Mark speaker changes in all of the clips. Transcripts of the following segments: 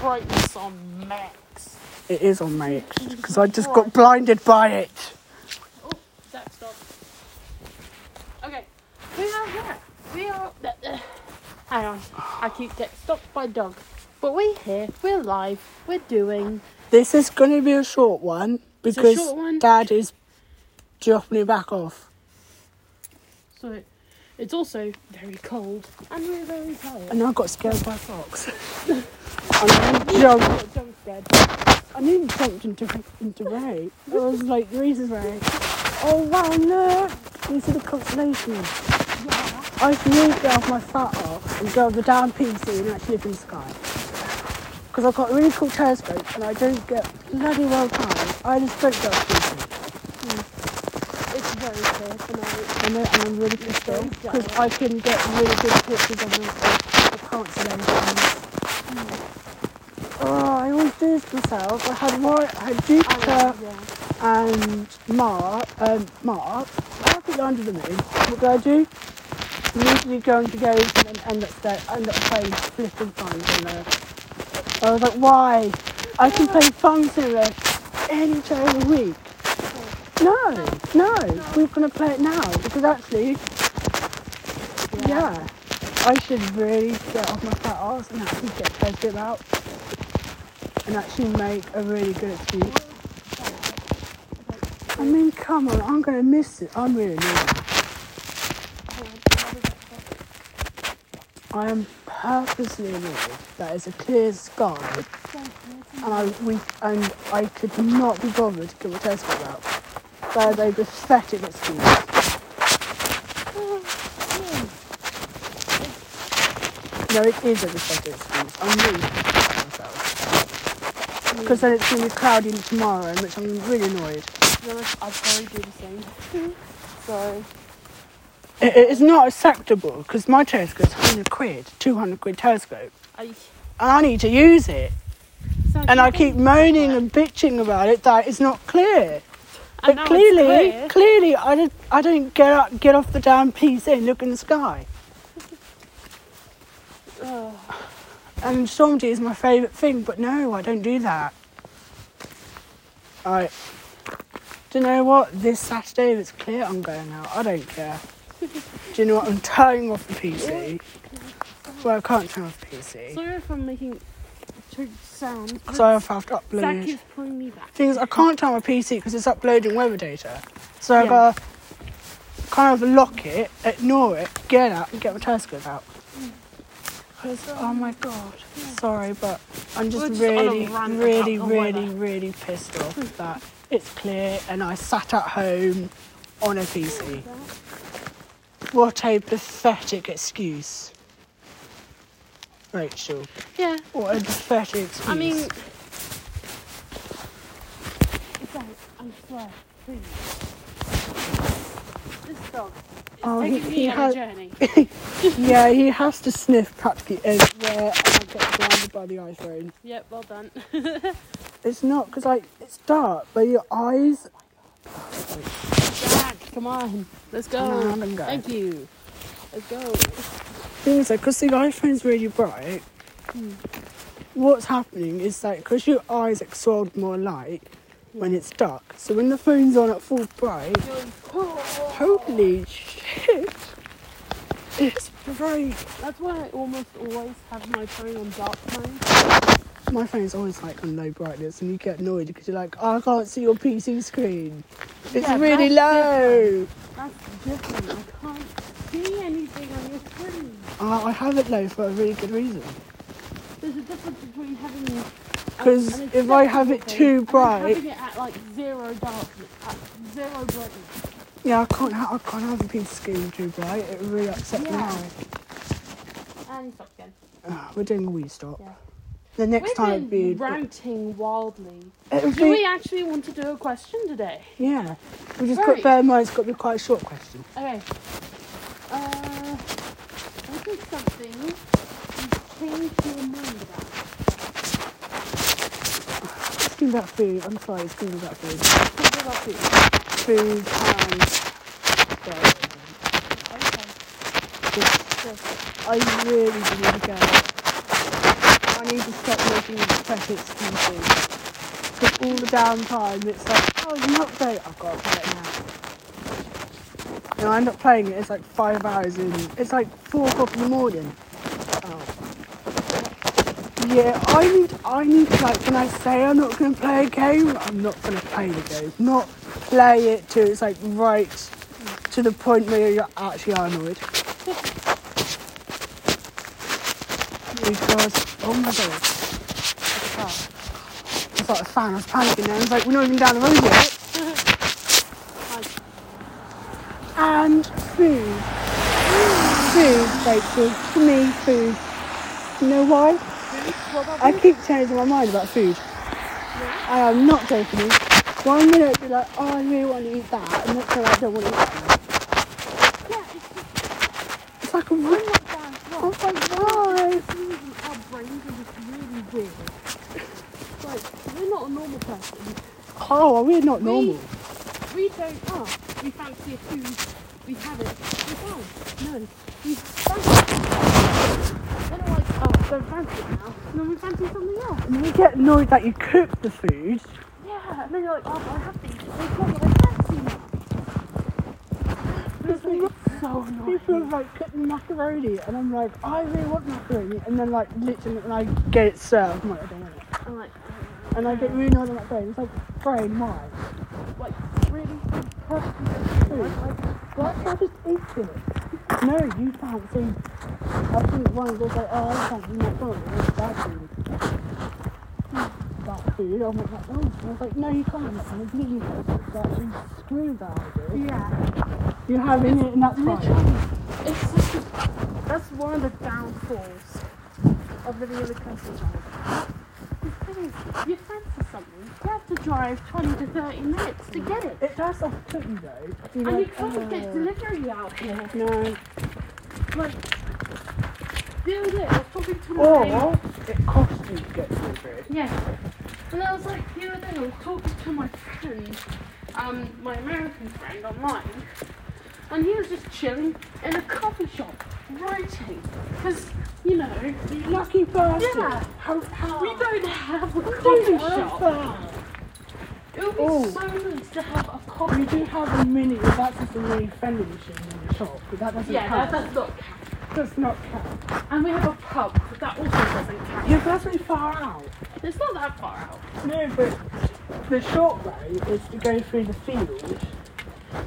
Speaker 1: brightness on max.
Speaker 2: It is on Max because I just got blinded by it.
Speaker 1: Oh, that stopped. Okay, we are here. We are. hang on, I keep getting stopped by dog. But we're here, we're live, we're doing.
Speaker 2: This is going to be a short one
Speaker 1: a
Speaker 2: because
Speaker 1: short one.
Speaker 2: Dad is dropping me back off.
Speaker 1: So it's also very cold and we're very tired.
Speaker 2: And I got scared by a fox. and I jumped,
Speaker 1: Jump scared.
Speaker 2: I nearly jumped into, into Ray. I was like, Reese is Ray. Oh wow, look! These are the constellations. I can really get off my fat off and go over the down PC and actually live in the sky. Because I've got a really cool telescope and I don't get bloody well tired. I just don't get off PC.
Speaker 1: Mm. It's very clear tonight.
Speaker 2: I know, and I'm really pissed off because I can get really good pictures of them. I can't see them. Oh, I always do this myself. I had more. I had Jupiter
Speaker 1: Oh, yeah.
Speaker 2: and Mar, um, Mars. I put under the moon. What do I do? I'm usually going to go and then end up there, end up playing flipping fun in there. I was like, why? I can play fun simulator any day of the week. No, no, we're gonna play it now because actually, yeah, I should really get off my fat ass and actually get tested out and actually make a really good excuse. I mean, come on, I'm gonna miss it. I'm really losing. I am purposely annoyed that it's a clear sky, and I we and I could not be bothered to get my telescope out. They're they pathetic excuse. No, it is a pathetic excuse. I'm really pissed at myself because then it's going to be cloudy tomorrow, and which I'm really annoyed.
Speaker 1: To be honest, I'd probably do the same. so,
Speaker 2: It, it's not acceptable because my telescope's 100 quid, 200 quid telescope,
Speaker 1: I.
Speaker 2: and I need to use it.
Speaker 1: so
Speaker 2: And I
Speaker 1: think-
Speaker 2: keep moaning and bitching about it that it's not clear.
Speaker 1: And now
Speaker 2: But
Speaker 1: it's
Speaker 2: clearly,
Speaker 1: clear.
Speaker 2: clearly, I don't, I don't get up, get off the damn PC and look in the sky.
Speaker 1: Oh.
Speaker 2: And Stormzy is my favourite thing, but no, I don't do that. Alright. Do you know what? This Saturday, if it's clear, I'm going out. I don't care. do you know what? I'm turning off the PC. Well, I can't turn off the PC.
Speaker 1: Sorry if I'm making too sound.
Speaker 2: Because I have to
Speaker 1: Zach
Speaker 2: upload.
Speaker 1: is pulling me back.
Speaker 2: things I can't turn my PC because it's uploading weather data. So I
Speaker 1: Yeah.
Speaker 2: gotta kind of lock it, ignore it, get out, and get my telescope out. 'Cause, oh my god, sorry, but I'm just,
Speaker 1: We're just on a
Speaker 2: really,
Speaker 1: rant
Speaker 2: really,
Speaker 1: about the
Speaker 2: really,
Speaker 1: weather. Hmm.
Speaker 2: really pissed off that it's clear and I sat at home on a PC. What a pathetic excuse, Rachel.
Speaker 1: Yeah,
Speaker 2: What a pathetic excuse.
Speaker 1: I mean. Zach, I swear, please. This dog is
Speaker 2: Oh, he-
Speaker 1: taking
Speaker 2: he
Speaker 1: me on
Speaker 2: has-
Speaker 1: a journey.
Speaker 2: Yeah, he has to sniff practically everywhere and I get blinded by the ice rain.
Speaker 1: yep, well done.
Speaker 2: It's not because like it's dark, but your eyes.
Speaker 1: Zach, come on. Let's go.
Speaker 2: No, I'm gonna go.
Speaker 1: Thank you. Let's go.
Speaker 2: Thing is, because the iPhone's really bright, what's happening is that because your eyes absorb more light when it's dark, so when the phone's on at full bright, holy shit, it's bright.
Speaker 1: That's why I almost always have my phone on dark mode.
Speaker 2: My phone's always like on low brightness, and you get annoyed because you're like, oh, I can't see your PC screen. It's
Speaker 1: Yeah,
Speaker 2: really low.
Speaker 1: That's different. I can't see anything on your screen.
Speaker 2: Uh, I have it low for a really good reason.
Speaker 1: There's a difference between having
Speaker 2: Because
Speaker 1: an
Speaker 2: if I have it
Speaker 1: acceptable
Speaker 2: too
Speaker 1: thing and
Speaker 2: bright,
Speaker 1: having it at like zero darkness, at zero brightness.
Speaker 2: yeah, I can't. Ha- I can't have a piece of skin too bright. It really upsets
Speaker 1: Yeah.
Speaker 2: me.
Speaker 1: And fuck again.
Speaker 2: Uh, we're doing a wee stop.
Speaker 1: Yeah.
Speaker 2: The next
Speaker 1: We've
Speaker 2: time it'd be.
Speaker 1: been ranting wildly.
Speaker 2: it would
Speaker 1: Do we
Speaker 2: be
Speaker 1: actually want to do a question today?
Speaker 2: yeah. We just got
Speaker 1: Right.
Speaker 2: bear in mind. It's got to be quite a short question.
Speaker 1: Okay. Uh, what is something you changed your mind about?
Speaker 2: It's gonna be about food. I'm sorry. It's gonna be about food.
Speaker 1: Something about food.
Speaker 2: Food and. well,
Speaker 1: Okay.
Speaker 2: just- I really do need to go. I need to stop making press excuses. Because all the downtime, it's like, oh, you're not playing. I've got to play it now. And I end up playing it. It's like five hours in. It's like four o'clock in the morning. Oh. Yeah, I need, I need to, like, when I say I'm not going to play a game, I'm not going to play the game. Not play it till it's like right to the point where you actually are annoyed. because, oh my god, it's like a fan, I was panicking now. It's like, we're not even down the road yet. And food. Food, Rachel. For me, food. You know why? I keep changing my mind about food. I am not joking. you. One minute be like, oh, I really want to eat that, and next minute I don't want to eat that. Uh,
Speaker 1: Yeah, it's just
Speaker 2: It's like a rule.
Speaker 1: not down to
Speaker 2: I was like, why?
Speaker 1: reason our brains are just really weird. Like, we're not a normal person.
Speaker 2: Oh, are we not normal?
Speaker 1: We don't ask. We fancy a food. We have it. We don't. No. We fancy it. Then we're like, oh, don't fancy it now. And then we fancy something else.
Speaker 2: And you get annoyed that you cook the food.
Speaker 1: Yeah. And then you're like, oh, but I have these. They can't get like fancy now. It's like, it's so annoying.
Speaker 2: People are like cooking macaroni, and I'm like, I really want macaroni. And then, like, literally, when I get it served, I'm like, I don't want it.
Speaker 1: I'm like,
Speaker 2: And I get really annoyed at my brain. It's like, brain, why?
Speaker 1: like, really? Perfect. Like,
Speaker 2: Why can't I just eat it? No, you fancy. I think one of those like, oh, I fancy McDonald's. It's bad food. That food, I want McDonald's. And I was like, no, you can't have McDonald's. You can't have that. You screw that idea.
Speaker 1: yeah.
Speaker 2: You're having it, and that's fine.
Speaker 1: Literally, it's such a, that's one of the downfalls of living in the countryside. The thing is, you fancy something, you have to drive 20 to 30 minutes to get it.
Speaker 2: It does off put you though. You're
Speaker 1: And you
Speaker 2: like,
Speaker 1: can't get
Speaker 2: "Oh,
Speaker 1: delivery out here.
Speaker 2: No.
Speaker 1: Like, the other day, I was talking to my
Speaker 2: Or it costs you to get delivery.
Speaker 1: Yeah. And I was like, the other day, I was talking to my friend, um, my American friend online, and he was just chilling in a coffee shop, writing. Because, you know,
Speaker 2: You lucky bastard.
Speaker 1: Yeah.
Speaker 2: How how
Speaker 1: we don't have a
Speaker 2: do
Speaker 1: coffee
Speaker 2: you
Speaker 1: shop.
Speaker 2: have
Speaker 1: It would be
Speaker 2: Oh.
Speaker 1: so nice to have a
Speaker 2: that?
Speaker 1: coffee
Speaker 2: We do have a mini, but that's just a mini vending machine in the shop, but that doesn't
Speaker 1: Yeah, that
Speaker 2: count.
Speaker 1: does not count.
Speaker 2: does not count.
Speaker 1: And we have a pub, but that also doesn't count.
Speaker 2: You're very far out.
Speaker 1: It's not that far out.
Speaker 2: No, but the short way is to go through the field.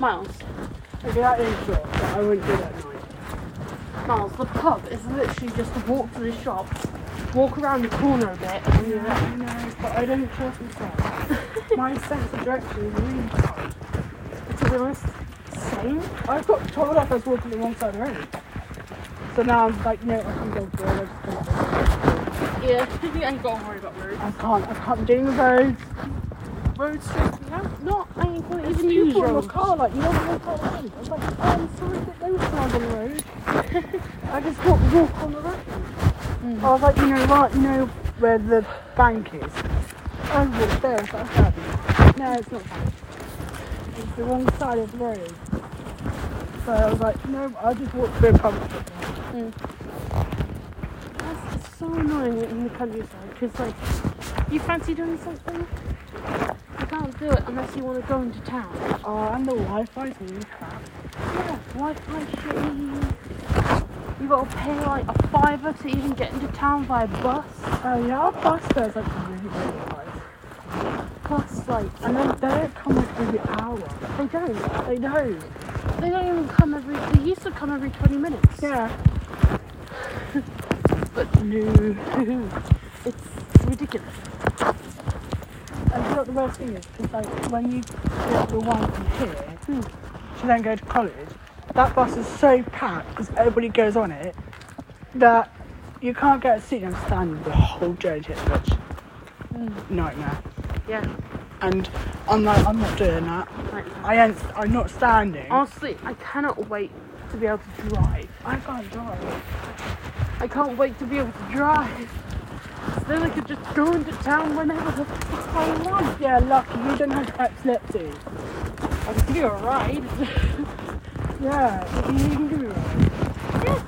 Speaker 1: Miles,
Speaker 2: Okay, that is short, but I wouldn't do that at night.
Speaker 1: Miles, the pub is literally just to walk to the shop, walk around the corner a bit, and you're like,
Speaker 2: Yeah, no, but I don't trust myself. My sense of direction is really tight.
Speaker 1: to be honest, same.
Speaker 2: I got told off I was walking the wrong side of the road. So now I'm like, no, I can go for it. I just don't want to go.
Speaker 1: Yeah, you ain't got to worry about roads.
Speaker 2: I can't, I can't do the roads.
Speaker 1: Road stress me out. Not, I ain't got
Speaker 2: There's
Speaker 1: even
Speaker 2: people in my
Speaker 1: roads.
Speaker 2: car, like, you don't walk on the road. I was like, oh, I'm sorry that they were found on the road. I just walk, walk on the road. I was like, you know, right, you know where the bank is? I walked there, it's like, bad. No, it's not bad. It's the wrong side of the road. So I was like, no, I just walked through a pump.
Speaker 1: That's just so annoying in the countryside because, like, you fancy doing something, you can't do it unless you want to go into town.
Speaker 2: Oh, and the Wi-Fi's really crap.
Speaker 1: Yeah, Wi-Fi shitty. You gotta pay like a fiver to even get into town by bus.
Speaker 2: Oh yeah, our bus fares like really really high.
Speaker 1: Plus, like,
Speaker 2: And then they don't come like every hour.
Speaker 1: they don't.
Speaker 2: They don't.
Speaker 1: They don't even come every. They used to come every 20 minutes.
Speaker 2: Yeah.
Speaker 1: But no, it's ridiculous.
Speaker 2: And you know what the worst thing is? It's like when you get the one from here to then go to college, that bus is so packed because everybody goes on it that you can't get a seat and I'm standing the whole journey to the bridge. Nightmare.
Speaker 1: Yeah.
Speaker 2: And I'm like, I'm not doing that.
Speaker 1: Like,
Speaker 2: I ain't, I'm not standing.
Speaker 1: honestly, I cannot wait to be able to drive.
Speaker 2: I can't drive.
Speaker 1: I can't wait to be able to drive. So then I could just go into town whenever the fuck I want.
Speaker 2: Yeah, lucky you don't have epilepsy.
Speaker 1: I could be alright.
Speaker 2: Yeah, you can do it.
Speaker 1: yeah.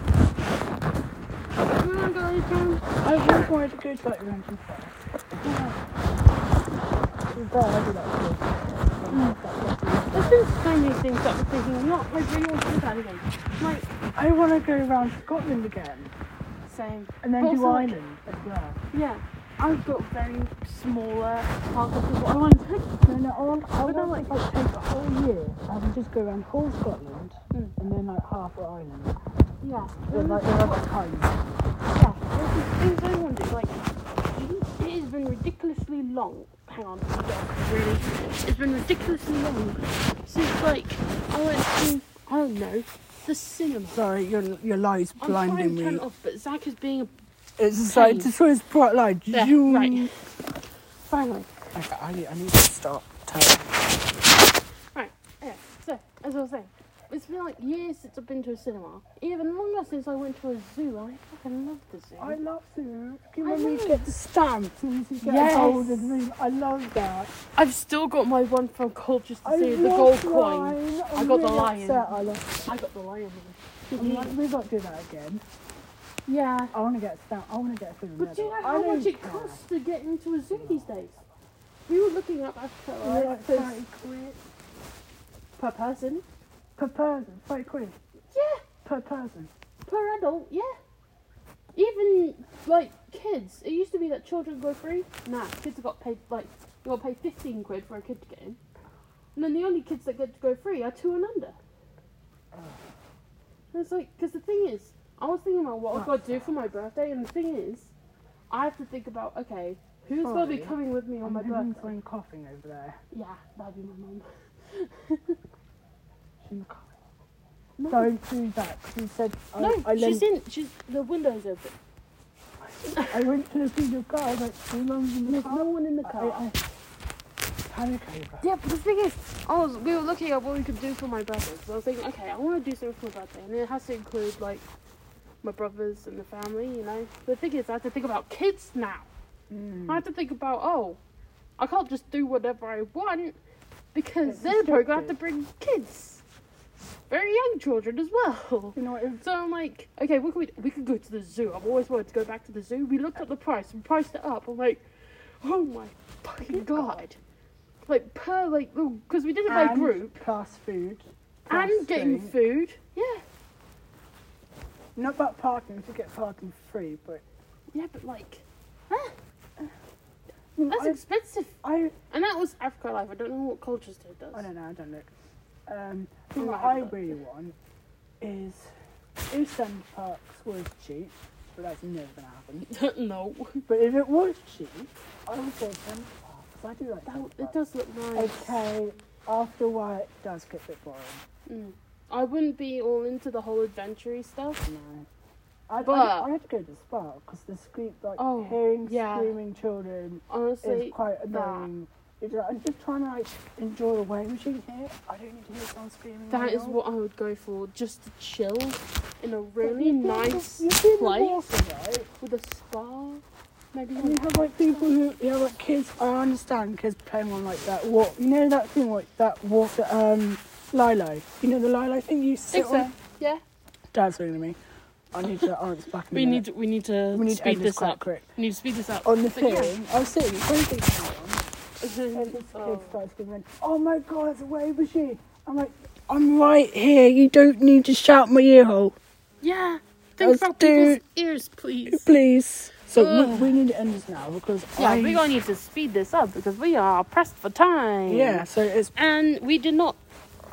Speaker 1: We're not going to.
Speaker 2: I really wanted to go to like Renton Fair. Fair, I do like to go.
Speaker 1: There's been so many things that I'm thinking, not I really want to do that again. Like,
Speaker 2: I want to go around Scotland again
Speaker 1: same.
Speaker 2: and then
Speaker 1: But
Speaker 2: do
Speaker 1: also, like,
Speaker 2: Ireland as well.
Speaker 1: Yeah. I've got very smaller parts of Oh, what I want to do.
Speaker 2: No, no, I want, I
Speaker 1: But
Speaker 2: want
Speaker 1: then,
Speaker 2: like, like take the whole year I would just go around whole Scotland
Speaker 1: Mm.
Speaker 2: and then like half of Ireland.
Speaker 1: Hmm. Yeah.
Speaker 2: But, like, they're not kind.
Speaker 1: Yeah, there's these things I want to do. Like, it has been ridiculously long. Hang on, really? It's been ridiculously long since, like, I went to, I don't know, the cinema.
Speaker 2: Sorry, your, your light's
Speaker 1: I'm trying
Speaker 2: blinding
Speaker 1: to turn
Speaker 2: me.
Speaker 1: it off, but Zach is being a.
Speaker 2: It's just like,
Speaker 1: pain.
Speaker 2: just for his bright light.
Speaker 1: There,
Speaker 2: zoom.
Speaker 1: right. Finally.
Speaker 2: Okay, I, need- I need to stop. telling-
Speaker 1: Right, yeah. So, as I was saying, it's been like years since I've been to a cinema. Even longer since I went to a zoo. I fucking love the zoo.
Speaker 2: I love Sue. Do you
Speaker 1: I
Speaker 2: remember when
Speaker 1: know.
Speaker 2: we get the stamps and we get
Speaker 1: Yes.
Speaker 2: yes. golden ring? I love that.
Speaker 1: I've still got my one from Colchester
Speaker 2: I
Speaker 1: Zoo, the
Speaker 2: love
Speaker 1: gold coin.
Speaker 2: mine.
Speaker 1: I
Speaker 2: I'm
Speaker 1: got the
Speaker 2: really
Speaker 1: lion.
Speaker 2: Upset. I love.
Speaker 1: I got the lion
Speaker 2: I'm like, we won't do that again.
Speaker 1: Yeah.
Speaker 2: I want to get a stamp. I want to get a silver
Speaker 1: But do you know
Speaker 2: medal.
Speaker 1: how
Speaker 2: I
Speaker 1: much
Speaker 2: don't
Speaker 1: it
Speaker 2: care.
Speaker 1: costs to get into a zoo these days? We were looking up after
Speaker 2: Yeah,
Speaker 1: like,
Speaker 2: like
Speaker 1: this
Speaker 2: 30 quid.
Speaker 1: per person.
Speaker 2: Per person, thirty quid
Speaker 1: Yeah,
Speaker 2: per person.
Speaker 1: per adult. Yeah. Even like kids, it used to be that children go free. Nah, kids have got paid like you got to pay fifteen quid for a kid to get in, and then the only kids that get to go free are two and under. And it's like because the thing is, I was thinking about what I've got to do for my birthday, and the thing is, I have to think about okay, who's gonna be
Speaker 2: Sorry.
Speaker 1: coming with me on my
Speaker 2: I'm hearing
Speaker 1: birthday?
Speaker 2: someone coughing over there.
Speaker 1: Yeah, that'd be my mum.
Speaker 2: She's coughing.
Speaker 1: No,
Speaker 2: Don't do that. 'cause you said I,
Speaker 1: no,
Speaker 2: I,
Speaker 1: she's
Speaker 2: lent,
Speaker 1: in. She's the window's open.
Speaker 2: I went to see your car. I was like, "Your mum's in the
Speaker 1: There's
Speaker 2: car."
Speaker 1: no one in the
Speaker 2: I,
Speaker 1: car.
Speaker 2: I, panic over.
Speaker 1: yeah, but the thing is, I was we were looking at what we could do for my birthday. So I was thinking, okay, I want to do something for my birthday, and it has to include like my brothers and the family, you know. The thing is, I have to think about kids now. I have to think about oh, I can't just do whatever I want because
Speaker 2: It's
Speaker 1: they're going to have to
Speaker 2: restricted.
Speaker 1: bring kids, very young children as well.
Speaker 2: You know what? It was
Speaker 1: So I'm like, okay, what can we we could go to the zoo. I've always wanted to go back to the zoo. We looked up the price and priced it up. I'm like, oh my fucking god. Like per like because we did it by
Speaker 2: and
Speaker 1: group
Speaker 2: Plus food. plus
Speaker 1: and getting
Speaker 2: drink.
Speaker 1: food. Yeah.
Speaker 2: Not about parking. To get parking free, but
Speaker 1: Yeah, but like huh? That's
Speaker 2: I,
Speaker 1: expensive.
Speaker 2: I
Speaker 1: And that was Africa Life. I don't know what Colchester does.
Speaker 2: I don't know. I don't look. Um, the thing
Speaker 1: I'll
Speaker 2: that
Speaker 1: have a
Speaker 2: I
Speaker 1: look.
Speaker 2: really want is if Sand Parks was cheap, but that's never gonna happen.
Speaker 1: no.
Speaker 2: But if it was cheap, I would go Sand Parks. I do like
Speaker 1: That,
Speaker 2: Sand
Speaker 1: w- it
Speaker 2: Parks.
Speaker 1: does look nice.
Speaker 2: Okay, after work it does get a bit boring.
Speaker 1: Mm. I wouldn't be all into the whole adventure stuff.
Speaker 2: No. I,
Speaker 1: But-
Speaker 2: I, I had to go to the spa because the scream, like
Speaker 1: Oh,
Speaker 2: hearing
Speaker 1: yeah.
Speaker 2: screaming children
Speaker 1: Honestly,
Speaker 2: is quite
Speaker 1: that-
Speaker 2: annoying. It's like, I'm just trying to like enjoy the way machine here. I don't need to hear someone screaming.
Speaker 1: That is
Speaker 2: now.
Speaker 1: what I would go for, just to chill in a
Speaker 2: But
Speaker 1: really
Speaker 2: you've been-
Speaker 1: nice
Speaker 2: you've been to
Speaker 1: place
Speaker 2: Warsaw, right?
Speaker 1: with a spa. Maybe
Speaker 2: And you have like people who you have like kids. I understand kids playing on like that walk. You know that thing like that walk that um Lilo. You know the Lilo thing you sit
Speaker 1: think so.
Speaker 2: on.
Speaker 1: Yeah.
Speaker 2: Dad's ringing me. I need to answer back. In a
Speaker 1: We
Speaker 2: minute.
Speaker 1: need to, we need to
Speaker 2: we need to
Speaker 1: speed
Speaker 2: end this
Speaker 1: this
Speaker 2: quite
Speaker 1: up.
Speaker 2: quick.
Speaker 1: We need to speed this up.
Speaker 2: On the
Speaker 1: But yeah.
Speaker 2: thing, I was sitting. Trying to think and this
Speaker 1: Oh.
Speaker 2: kid starts screaming. Oh my god, it's a wave machine! I'm like, I'm right here. You don't need to shout my ear hole,
Speaker 1: Yeah. Think
Speaker 2: Let's
Speaker 1: about
Speaker 2: do-
Speaker 1: people's ears, please.
Speaker 2: please. So
Speaker 1: Ugh.
Speaker 2: we, we need to end this now because
Speaker 1: Yeah,
Speaker 2: I.
Speaker 1: we're gonna need to speed this up because we are pressed for time.
Speaker 2: Yeah, so it's
Speaker 1: And we did not.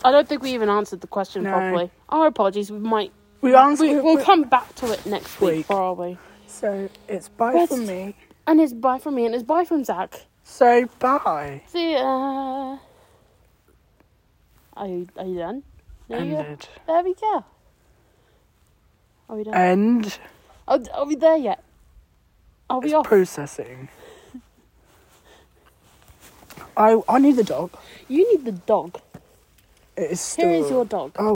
Speaker 1: I don't think we even answered the question
Speaker 2: No.
Speaker 1: properly. Our apologies. We might.
Speaker 2: we answered.
Speaker 1: We,
Speaker 2: it
Speaker 1: we'll
Speaker 2: with-
Speaker 1: come back to it next
Speaker 2: Week.
Speaker 1: week, probably.
Speaker 2: So it's bye
Speaker 1: Rest.
Speaker 2: from me.
Speaker 1: And it's bye from me, and it's bye from Zach.
Speaker 2: So bye.
Speaker 1: See ya. Are you, are you done? There you go.
Speaker 2: Ended.
Speaker 1: There we go. Are we done?
Speaker 2: Eh. End.
Speaker 1: are, are we Oh, there yet? Are we
Speaker 2: It's
Speaker 1: off?
Speaker 2: processing. I I need the dog.
Speaker 1: you need the dog.
Speaker 2: It is still.
Speaker 1: Here is your dog.
Speaker 2: Oh.